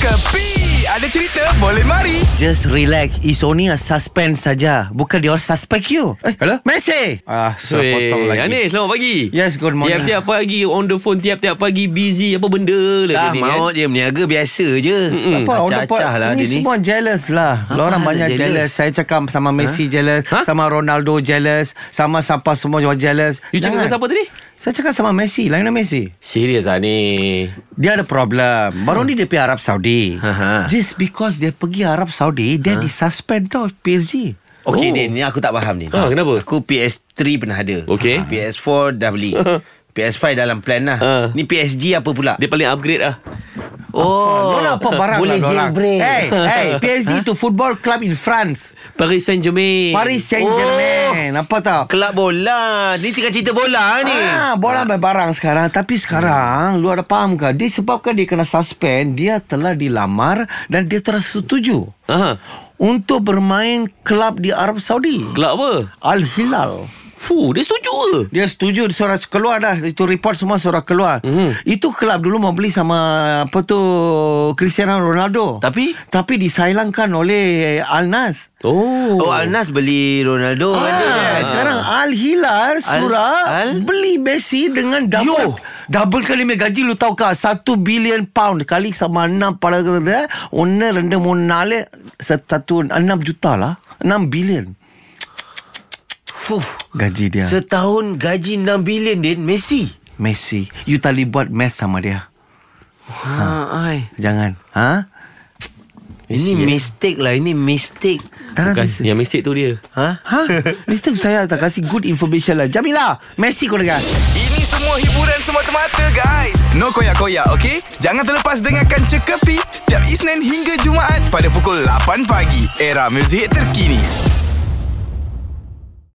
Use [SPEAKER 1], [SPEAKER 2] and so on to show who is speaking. [SPEAKER 1] Kepi Ada cerita boleh mari
[SPEAKER 2] Just relax. It's only a suspense saja. Bukan they all suspect you. Eh, hello? Messi. Ah, so
[SPEAKER 3] Weh,
[SPEAKER 2] potong lagi.
[SPEAKER 3] Anis, selamat pagi.
[SPEAKER 2] Yes, good morning.
[SPEAKER 3] Tiap-tiap pagi on the phone, tiap-tiap pagi busy apa benda lah. dia
[SPEAKER 4] Ah,
[SPEAKER 3] ni,
[SPEAKER 4] mau je meniaga biasa je.
[SPEAKER 3] Mm-mm.
[SPEAKER 4] Mm-mm.
[SPEAKER 2] Apa, orang dapat-
[SPEAKER 4] Acah-acah lah
[SPEAKER 2] ini
[SPEAKER 4] dia ni.
[SPEAKER 2] semua jealous lah ha, Orang
[SPEAKER 4] Apa
[SPEAKER 2] banyak jealous.
[SPEAKER 4] jealous?
[SPEAKER 2] Saya cakap sama Messi jealous
[SPEAKER 3] Ha?
[SPEAKER 2] Sama Ronaldo jealous Sama siapa semua juga jealous
[SPEAKER 3] You cakap dengan siapa tadi?
[SPEAKER 2] Saya cakap sama Messi Lionel Messi
[SPEAKER 3] Serius lah ni.
[SPEAKER 2] Dia ada problem Baru ni dia pergi Arab Saudi
[SPEAKER 4] Ha, ha.
[SPEAKER 2] Just because dia pergi Arab Saudi Dia disuspend tau PSG
[SPEAKER 4] Okey,
[SPEAKER 3] Oh.
[SPEAKER 4] Din. Ni aku tak faham ni.
[SPEAKER 3] Ah, kenapa?
[SPEAKER 4] Aku PS3 pernah ada.
[SPEAKER 3] Okey.
[SPEAKER 4] PS4 dah beli. PS5 dalam plan lah.
[SPEAKER 3] Ah.
[SPEAKER 4] Ni PSG apa pula?
[SPEAKER 3] Dia paling upgrade lah.
[SPEAKER 2] Oh,
[SPEAKER 3] Oh,
[SPEAKER 2] apa barang
[SPEAKER 4] Boleh
[SPEAKER 2] lah dorang.
[SPEAKER 4] jailbreak.
[SPEAKER 2] Hey, hey, PSG tu football club in France.
[SPEAKER 3] Paris Saint-Germain. Oh,
[SPEAKER 2] Paris Saint-Germain. Apa tau?
[SPEAKER 4] Kelab bola. Ni tengah cerita bola ni.
[SPEAKER 2] Ah, Hmm. bola main barang sekarang Tapi sekarang Lu ada faham ke Disebabkan dia kena suspend Dia telah dilamar Dan dia telah setuju
[SPEAKER 3] Aha.
[SPEAKER 2] Untuk bermain Klub di Arab Saudi
[SPEAKER 3] Kelab apa?
[SPEAKER 2] Al-Hilal
[SPEAKER 3] Fuh, dia setuju ke?
[SPEAKER 2] Dia setuju Surat keluar dah Itu report semua surat keluar mm-hmm. Itu klub dulu Mau beli sama Apa tu Cristiano Ronaldo
[SPEAKER 4] Tapi?
[SPEAKER 2] Tapi disailangkan oleh Al-Nas
[SPEAKER 3] Oh.
[SPEAKER 4] Oh, Alnas beli Ronaldo. ada
[SPEAKER 2] Ah,
[SPEAKER 4] kan?
[SPEAKER 2] sekarang Al Hilal Surah Al,
[SPEAKER 4] Al-
[SPEAKER 2] beli Messi dengan double.
[SPEAKER 4] Yo.
[SPEAKER 2] Double kali punya gaji lu tahu kah? 1 billion pound kali sama 6 pada kata 1 2 3 4 1 6 juta lah. 6 billion
[SPEAKER 4] Fuh.
[SPEAKER 2] gaji
[SPEAKER 3] Ya.
[SPEAKER 2] dia. Set.
[SPEAKER 4] Setahun gaji 6 bilion, Din. Messi.
[SPEAKER 2] Messi, you tali buat mess sama dia.
[SPEAKER 4] Ha, ai.
[SPEAKER 2] Jangan. Ha?
[SPEAKER 4] Ini mistake lah. Ini mistake.
[SPEAKER 2] Tak nak
[SPEAKER 3] eh? Bukan,
[SPEAKER 2] Messi.
[SPEAKER 3] yang mistake tu dia.
[SPEAKER 4] Ha?
[SPEAKER 2] Ha? Mesti saya tak kasih good information lah. Jamila, Messi kau dengar.
[SPEAKER 1] Ini semua hiburan semata-mata guys No koyak-koyak ok Jangan terlepas dengarkan Cekapi Setiap Isnin hingga Jumaat Pada pukul 8 pagi Era muzik terkini